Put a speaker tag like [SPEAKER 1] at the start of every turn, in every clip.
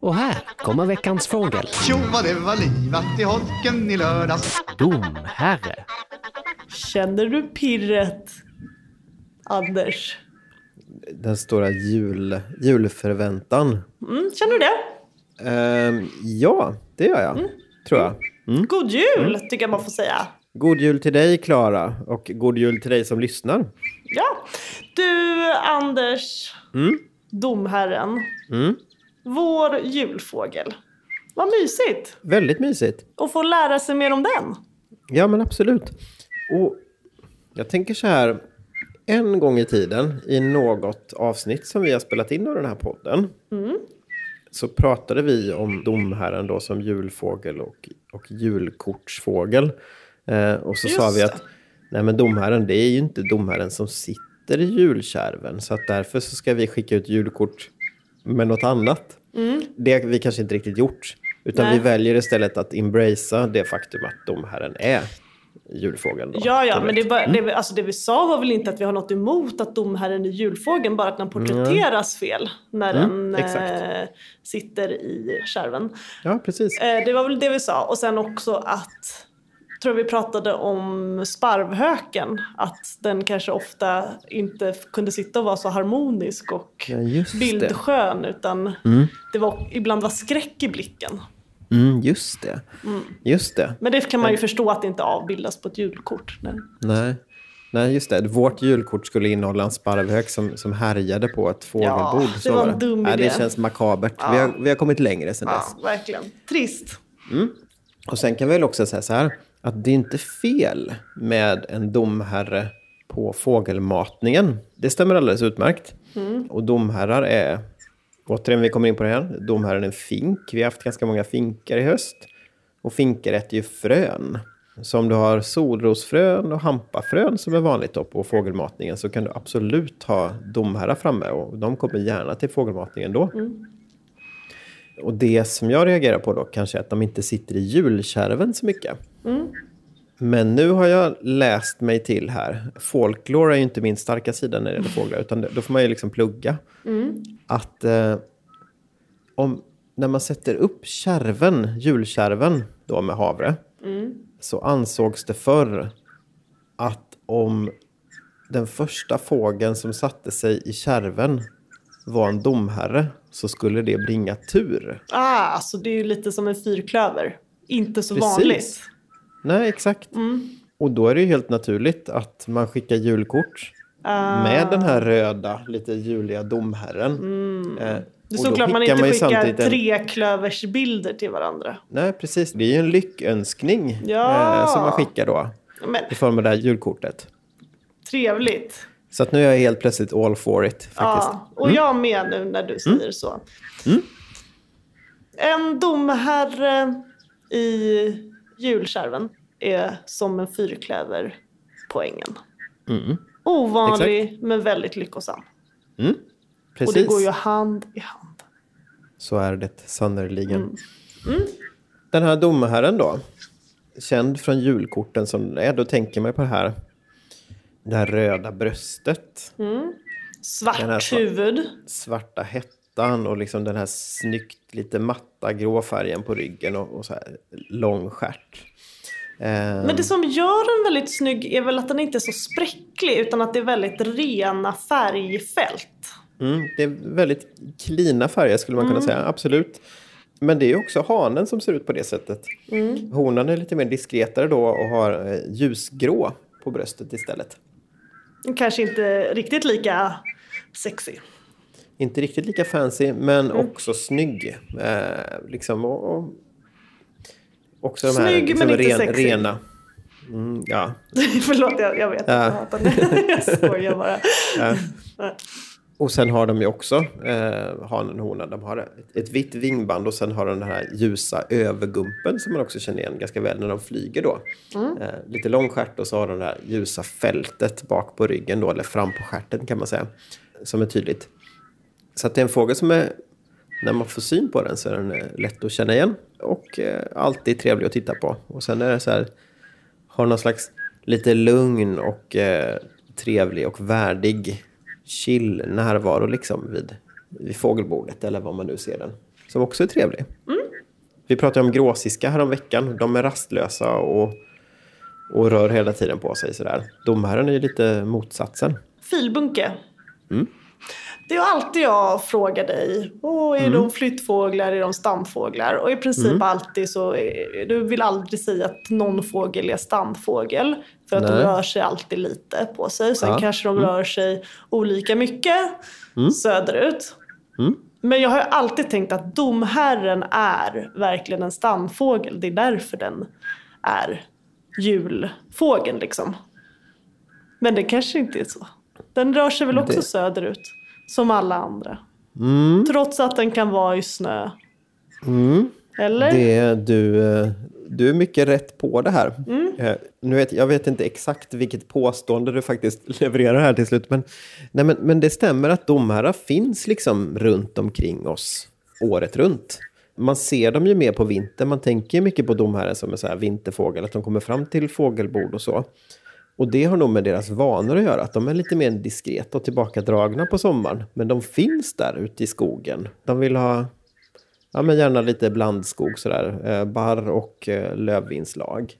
[SPEAKER 1] Och här kommer veckans fågel.
[SPEAKER 2] Tjo vad det var livat i holken i lördags.
[SPEAKER 1] Domherre.
[SPEAKER 3] Känner du pirret, Anders?
[SPEAKER 4] Den stora jul, julförväntan.
[SPEAKER 3] Mm, känner du det?
[SPEAKER 4] Ehm, ja, det gör
[SPEAKER 3] Mm.
[SPEAKER 4] jag. Tror jag.
[SPEAKER 3] God
[SPEAKER 4] Mm.
[SPEAKER 3] jul, tycker jag man får säga.
[SPEAKER 4] God jul till dig, Klara. Och god jul till dig som lyssnar.
[SPEAKER 3] Ja. Du, Anders,
[SPEAKER 4] Mm.
[SPEAKER 3] domherren.
[SPEAKER 4] Mm.
[SPEAKER 3] Vår julfågel. Vad mysigt
[SPEAKER 4] Väldigt mysigt.
[SPEAKER 3] att få lära sig mer om den.
[SPEAKER 4] Ja, men absolut. Och jag tänker så här. En gång i tiden, i något avsnitt som vi har spelat in av den här podden,
[SPEAKER 3] Mm.
[SPEAKER 4] så pratade vi om domherren då som julfågel och, och julkortsfågel. Eh, och så
[SPEAKER 3] Just
[SPEAKER 4] sa vi
[SPEAKER 3] det.
[SPEAKER 4] att nej men domherren, det är ju inte domherren som sitter i julkärven, så att därför så ska vi skicka ut julkort med något annat. Det har vi kanske inte riktigt gjort, utan
[SPEAKER 3] Mm. Nej.
[SPEAKER 4] vi väljer istället att embracea det faktum att domherren är julfågeln. Då,
[SPEAKER 3] Ja, ja,
[SPEAKER 4] Domherren.
[SPEAKER 3] men det, var, det,
[SPEAKER 4] Mm.
[SPEAKER 3] alltså det vi sa var väl inte att vi har något emot att domherren är julfågeln, bara att den porträtteras fel när
[SPEAKER 4] Mm,
[SPEAKER 3] den
[SPEAKER 4] exakt.
[SPEAKER 3] eh, sitter i skärven.
[SPEAKER 4] Ja, precis.
[SPEAKER 3] Eh, det var väl det vi sa. Och sen också att, tror jag vi pratade om sparvhöken, att den kanske ofta inte f- kunde sitta och vara så harmonisk och
[SPEAKER 4] Ja, just det.
[SPEAKER 3] bildskön, utan det var, ibland var skräck i blicken.
[SPEAKER 4] Mm, just det. Just det.
[SPEAKER 3] Men det kan man ju förstå att det inte avbildas på ett julkort. Nej.
[SPEAKER 4] Nej. Nej, just det. Vårt julkort skulle innehålla en sparvhök som, som härjade på ett fågelbord.
[SPEAKER 3] det
[SPEAKER 4] Så
[SPEAKER 3] var en
[SPEAKER 4] det.
[SPEAKER 3] dum
[SPEAKER 4] Nej,
[SPEAKER 3] idé.
[SPEAKER 4] Det känns makabert. Vi, har, vi har kommit längre sedan dess.
[SPEAKER 3] Ja, verkligen. Trist.
[SPEAKER 4] Och sen kan vi väl också säga så här, att det är inte fel med en domherre på fågelmatningen. Det stämmer alldeles utmärkt. Och domherrar är, återigen vi kommer in på det här, domherren är en fink. Vi har haft ganska många finkar i höst. Och finkar äter ju frön. Så om du har solrosfrön och hampafrön som är vanligt då på fågelmatningen så kan du absolut ha domherrar framme och de kommer gärna till fågelmatningen då. Och det som jag reagerar på då kanske är att de inte sitter i julkärven så mycket. Men nu har jag läst mig till här. Folklore är ju inte min starka sida när det gäller fåglar, utan det- då får man ju liksom plugga. Att eh, om, när man sätter upp kärven, julkärven då med havre, så ansågs det förr att om den första fågeln som satte sig i kärven var en domherre så skulle det bringa tur.
[SPEAKER 3] Ah, så det är ju lite som en fyrklöver. Inte så
[SPEAKER 4] Precis.
[SPEAKER 3] vanligt.
[SPEAKER 4] Nej, exakt.
[SPEAKER 3] Mm.
[SPEAKER 4] Och då är det ju helt naturligt att man skickar julkort
[SPEAKER 3] Ah.
[SPEAKER 4] med den här röda, lite juliga domherren. Eh,
[SPEAKER 3] Mm. Det är
[SPEAKER 4] och då
[SPEAKER 3] såklart man
[SPEAKER 4] skickar
[SPEAKER 3] inte
[SPEAKER 4] ju
[SPEAKER 3] skickar
[SPEAKER 4] samtidigt en-
[SPEAKER 3] treklöversbilder till varandra.
[SPEAKER 4] Nej, precis. Det är ju en lyckönskning
[SPEAKER 3] Ja.
[SPEAKER 4] eh, som man skickar då
[SPEAKER 3] Men
[SPEAKER 4] i form av det här julkortet.
[SPEAKER 3] trevligt.
[SPEAKER 4] Så att nu är jag helt plötsligt all for it faktiskt. Mm.
[SPEAKER 3] Ja, och jag med nu när du säger så. En domherre i julskärven är som en fyrklöver på ängen.
[SPEAKER 4] Mm.
[SPEAKER 3] Ovanlig men väldigt lyckosam.
[SPEAKER 4] Mm.
[SPEAKER 3] Och
[SPEAKER 4] Precis.
[SPEAKER 3] det går ju hand i hand.
[SPEAKER 4] Så är det sannerligen.
[SPEAKER 3] Mm.
[SPEAKER 4] Den här domherren då, känd från julkorten som den är, då tänker man ju på det här, det här röda bröstet, Den här
[SPEAKER 3] Svart
[SPEAKER 4] så-
[SPEAKER 3] huvud.
[SPEAKER 4] svarta hettan och liksom den här snyggt lite matta grå färgen på ryggen och, och så här lång stjärt. Eh,
[SPEAKER 3] Men det som gör den väldigt snygg är väl att den inte är så spräcklig utan att det är väldigt rena färgfält.
[SPEAKER 4] Mm, det är väldigt klina färger skulle man kunna
[SPEAKER 3] Mm.
[SPEAKER 4] säga, absolut. Men det är ju också hanen som ser ut på det sättet.
[SPEAKER 3] Mm.
[SPEAKER 4] Honan är lite mer diskretare då och har eh, ljusgrå på bröstet istället.
[SPEAKER 3] Kanske inte riktigt lika sexy.
[SPEAKER 4] Inte riktigt lika fancy, men
[SPEAKER 3] Mm.
[SPEAKER 4] också snygg. Eh, liksom, och, och också de här
[SPEAKER 3] Snygg,
[SPEAKER 4] liksom,
[SPEAKER 3] men inte sexig.
[SPEAKER 4] rena. Mm, ja.
[SPEAKER 3] Förlåt, jag, jag vet.
[SPEAKER 4] Ja.
[SPEAKER 3] Jag hatar det. Jag skojar bara.
[SPEAKER 4] Och sen har de ju också, eh, hanen och honan, de har ett, ett vitt vingband och sen har de den här ljusa övergumpen som man också känner igen ganska väl när de flyger då. Eh, lite lång stjärt och så har de det här ljusa fältet bak på ryggen då, eller fram på stjärten kan man säga, som är tydligt. Så att det är en fågel som är, när man får syn på den så är den eh, lätt att känna igen och eh, alltid trevlig att titta på. Och sen är det så här, har någon slags lite lugn och eh, trevlig och värdig chill närvaro liksom vid, vid fågelbordet eller var man nu ser den. som också är trevlig. Vi pratade om gråsiska häromveckan. De är rastlösa och, och rör hela tiden på sig. Sådär. Domherren är ju lite motsatsen.
[SPEAKER 3] Filbunke.
[SPEAKER 4] Mm.
[SPEAKER 3] Det är ju alltid jag frågar dig. Åh, är
[SPEAKER 4] Mm.
[SPEAKER 3] de flyttfåglar? Är de stamfåglar? Och i princip alltid så... är- Du vill aldrig säga att någon fågel är stamfågel. För att de
[SPEAKER 4] Nej.
[SPEAKER 3] rör sig alltid lite på sig. Sen
[SPEAKER 4] Ja. Mm.
[SPEAKER 3] kanske de rör sig olika mycket söderut.
[SPEAKER 4] Mm.
[SPEAKER 3] Men jag har ju alltid tänkt att domherren är verkligen en stamfågel. Det är därför den är julfågeln liksom. Men det kanske inte är så. Den rör sig väl också
[SPEAKER 4] Det- Mm.
[SPEAKER 3] söderut, som alla andra. Trots att den kan vara i snö. Eller?
[SPEAKER 4] Det, du, eh, du är mycket rätt på det här. Eh, Nu vet, jag vet inte exakt vilket påstående du faktiskt levererar här till slut. Men, nej, men, men det stämmer att domherrar finns liksom runt omkring oss året runt. Man ser dem ju mer på vintern. Man tänker ju mycket på domherren som en så här vinterfågel. Att de kommer fram till fågelbord och så. Och det har nog med deras vanor att göra. Att de är lite mer diskreta och tillbakadragna på sommaren. Men de finns där ute i skogen. De vill ha Ja, men gärna lite blandskog sådär. Eh, barr och eh, lövinslag.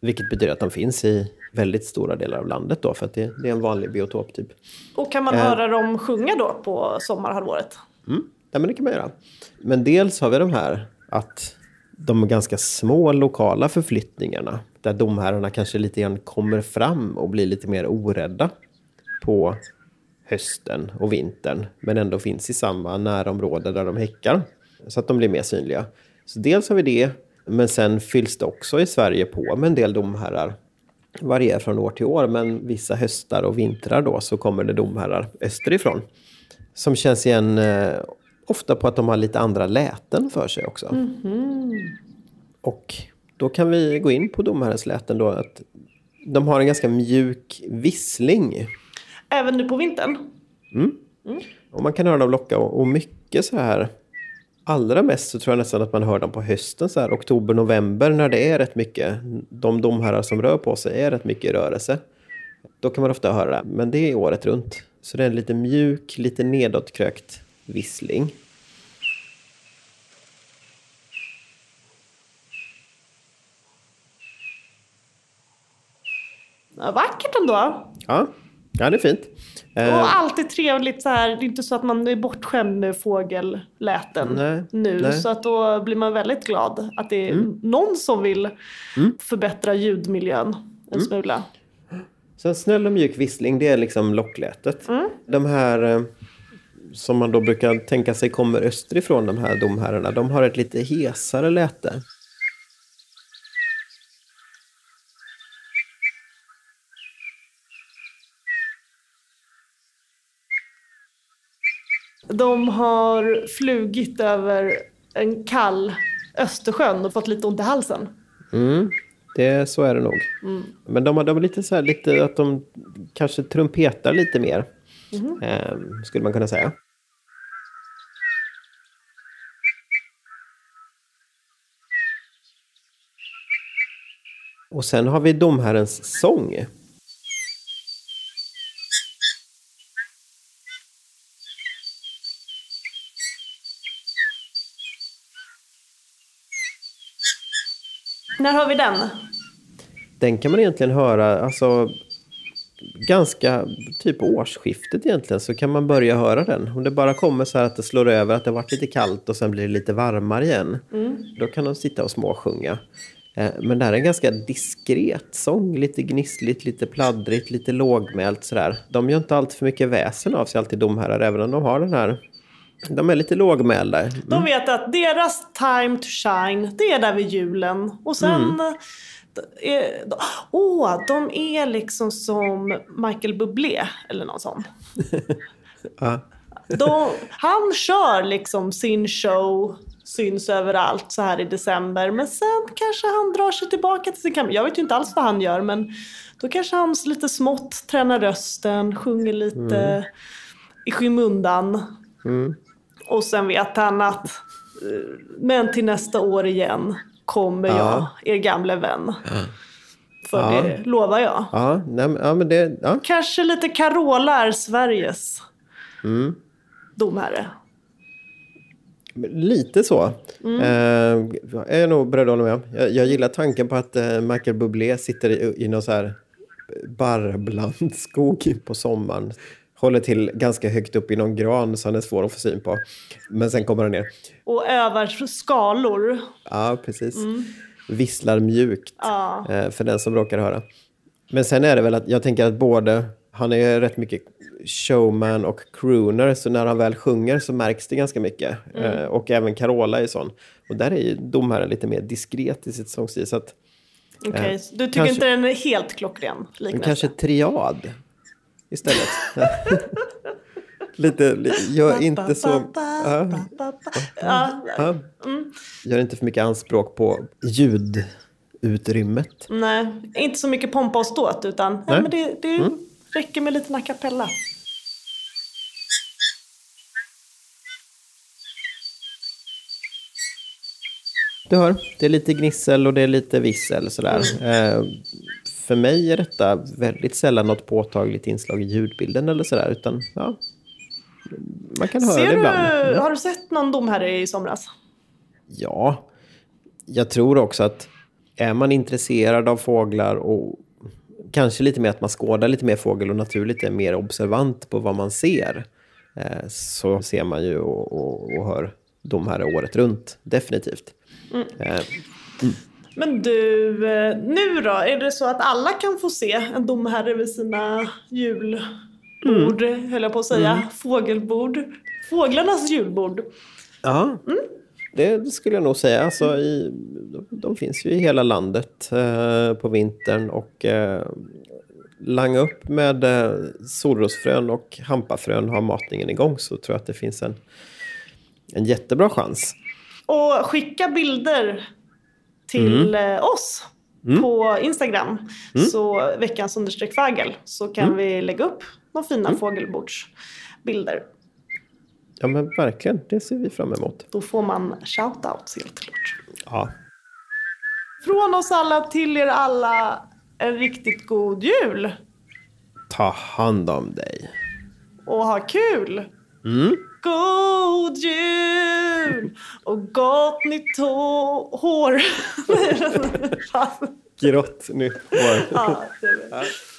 [SPEAKER 4] Vilket betyder att de finns i väldigt stora delar av landet då, för att det, det är en vanlig biotop typ.
[SPEAKER 3] Och kan man höra dem sjunga då på sommarhalvåret?
[SPEAKER 4] Mm. Ja, men det kan man göra. Men dels har vi de här att de ganska små lokala förflyttningarna där domherrarna kanske lite grann kommer fram och blir lite mer orädda på hösten och vintern men ändå finns i samma närområde där de häckar så att de blir mer synliga. Så dels har vi det men sen fylls det också i Sverige på med en del domherrar varierar från år till år, men vissa höstar och vintrar då så kommer det domherrar österifrån. Som känns igen eh, ofta på att de har lite andra läten för sig också. Och då kan vi gå in på domherrens läten då. Att de har en ganska mjuk vissling.
[SPEAKER 3] Även nu på vintern?
[SPEAKER 4] Och man kan höra dem locka och, och mycket så här. Allra mest så tror jag nästan att man hör dem på hösten så här oktober, november när det är rätt mycket. De domherrar som rör på sig är rätt mycket i rörelse. Då kan man ofta höra det, men det är året runt. Så det är en lite mjuk, lite nedåtkrökt vissling.
[SPEAKER 3] Ja, Vackert ändå.
[SPEAKER 4] Ja, ja det är fint. Eh,
[SPEAKER 3] Och alltid trevligt så här. Det är inte så att man är bortskämd med fågelläten
[SPEAKER 4] Nej,
[SPEAKER 3] nu.
[SPEAKER 4] nej. Mm.
[SPEAKER 3] Så att då blir man väldigt glad att det är någon som vill förbättra ljudmiljön en
[SPEAKER 4] Mm.
[SPEAKER 3] smula.
[SPEAKER 4] Så en snäll och mjuk vissling, det är liksom locklätet. De här eh, som man då brukar tänka sig kommer österifrån, de här domherrarna, de har ett lite hesare läte.
[SPEAKER 3] De har flugit över en kall Östersjön och fått lite ont i halsen.
[SPEAKER 4] Mm, det, så är det nog. Men de har de har lite så här, lite att de kanske trumpetar lite mer. eh, skulle man kunna säga. Och sen har vi domherrens sång.
[SPEAKER 3] När hör vi den?
[SPEAKER 4] Den kan man egentligen höra, alltså ganska typ årsskiftet egentligen så kan man börja höra den. Om det bara kommer så här att det slår över, att det har varit lite kallt och sen blir det lite varmare igen. Då kan de sitta och småsjunga. Eh, Men det här är en ganska diskret sång, lite gnissligt, lite pladdrigt, lite lågmält sådär. De gör inte allt för mycket väsen av sig alltid domherrar, även om de har den här... De är lite lågmälda.
[SPEAKER 3] De vet att deras time to shine, det är där vid julen. Och sen... eh, är- de- Åh, de är liksom som Michael Bublé eller någon sån.
[SPEAKER 4] Ja.
[SPEAKER 3] De, han kör liksom sin show, syns överallt så här i december. Men sen kanske han drar sig tillbaka till sin kammare. Jag vet ju inte alls vad han gör men då kanske han lite smått tränar rösten, sjunger lite i skymundan.
[SPEAKER 4] Mm.
[SPEAKER 3] Och sen vet han att eh, men till nästa år igen kommer
[SPEAKER 4] Ja.
[SPEAKER 3] jag, er gamle vän. För
[SPEAKER 4] Ja.
[SPEAKER 3] det lovar jag.
[SPEAKER 4] Ja, nej, men- ja, men det... Ja.
[SPEAKER 3] Kanske lite Carola är Sveriges
[SPEAKER 4] Mm.
[SPEAKER 3] domherre.
[SPEAKER 4] Lite så. Eh, jag är nog beredd att hålla med om. Jag, jag gillar tanken på att eh, Michael Bublé sitter i, i någon så här eh, barrblandskog på sommaren. Håller till ganska högt upp i någon gran så han är svår att få syn på. Men sen kommer han ner.
[SPEAKER 3] Och övar skalor.
[SPEAKER 4] Ja, precis. Visslar mjukt
[SPEAKER 3] Ja.
[SPEAKER 4] eh, för den som råkar höra. Men sen är det väl att jag tänker att både, han är ju rätt mycket showman och crooner, så när han väl sjunger så märks det ganska mycket. Eh, och även Carola är ju sån. Och där är ju domherren lite mer diskret i sitt sångstil, så att
[SPEAKER 3] Okej,
[SPEAKER 4] Eh,
[SPEAKER 3] så du tycker
[SPEAKER 4] kanske-
[SPEAKER 3] inte den är helt klockren?
[SPEAKER 4] men
[SPEAKER 3] Liknelse.
[SPEAKER 4] kanske triad istället. lite, li, gör inte så... Ja.
[SPEAKER 3] Ja,
[SPEAKER 4] Ja. Gör inte för mycket anspråk på ljudutrymmet.
[SPEAKER 3] nej, inte så mycket pompa och ståt utan nej.
[SPEAKER 4] Nej.
[SPEAKER 3] men
[SPEAKER 4] Mm.
[SPEAKER 3] det, det räcker med lite a cappella.
[SPEAKER 4] Du hör, det är lite gnissel och det är lite vissel sådär.
[SPEAKER 3] Mm.
[SPEAKER 4] Eh, för mig är detta väldigt sällan något påtagligt inslag i ljudbilden eller sådär, utan ja. Man kan höra
[SPEAKER 3] Ser
[SPEAKER 4] det
[SPEAKER 3] du,
[SPEAKER 4] ibland. Mm.
[SPEAKER 3] har du sett någon domherre i somras?
[SPEAKER 4] Ja, jag tror också att är man intresserad av fåglar och kanske lite mer att man skådar lite mer fågel och naturligt är mer observant på vad man ser, eh, så ser man ju och, och, och hör de här året runt, definitivt. Eh,
[SPEAKER 3] Men du, eh, nu då? Är det så att alla kan få se en domherre vid sina julbord,
[SPEAKER 4] Mm.
[SPEAKER 3] höll jag på att säga, fågelbord? Fåglarnas julbord.
[SPEAKER 4] Ja, det, det skulle jag nog säga. Alltså, i, de, de finns ju i hela landet eh, på vintern och eh, langa upp med eh, solrosfrön och hampafrön har matningen igång så tror jag att det finns en, en jättebra chans.
[SPEAKER 3] Och skicka bilder till eh, oss på Instagram. Så veckans understreck fagel så kan vi lägga upp de fina fågelbordsbilder.
[SPEAKER 4] Ja men verkligen, det ser vi fram emot.
[SPEAKER 3] Då får man shoutouts helt klart.
[SPEAKER 4] Ja,
[SPEAKER 3] Från oss alla till er alla en riktigt god jul
[SPEAKER 4] ta hand om dig.
[SPEAKER 3] och ha kul. God jul och gott nytt hå- hår.
[SPEAKER 4] Grått nytt år.
[SPEAKER 3] ja, det är det.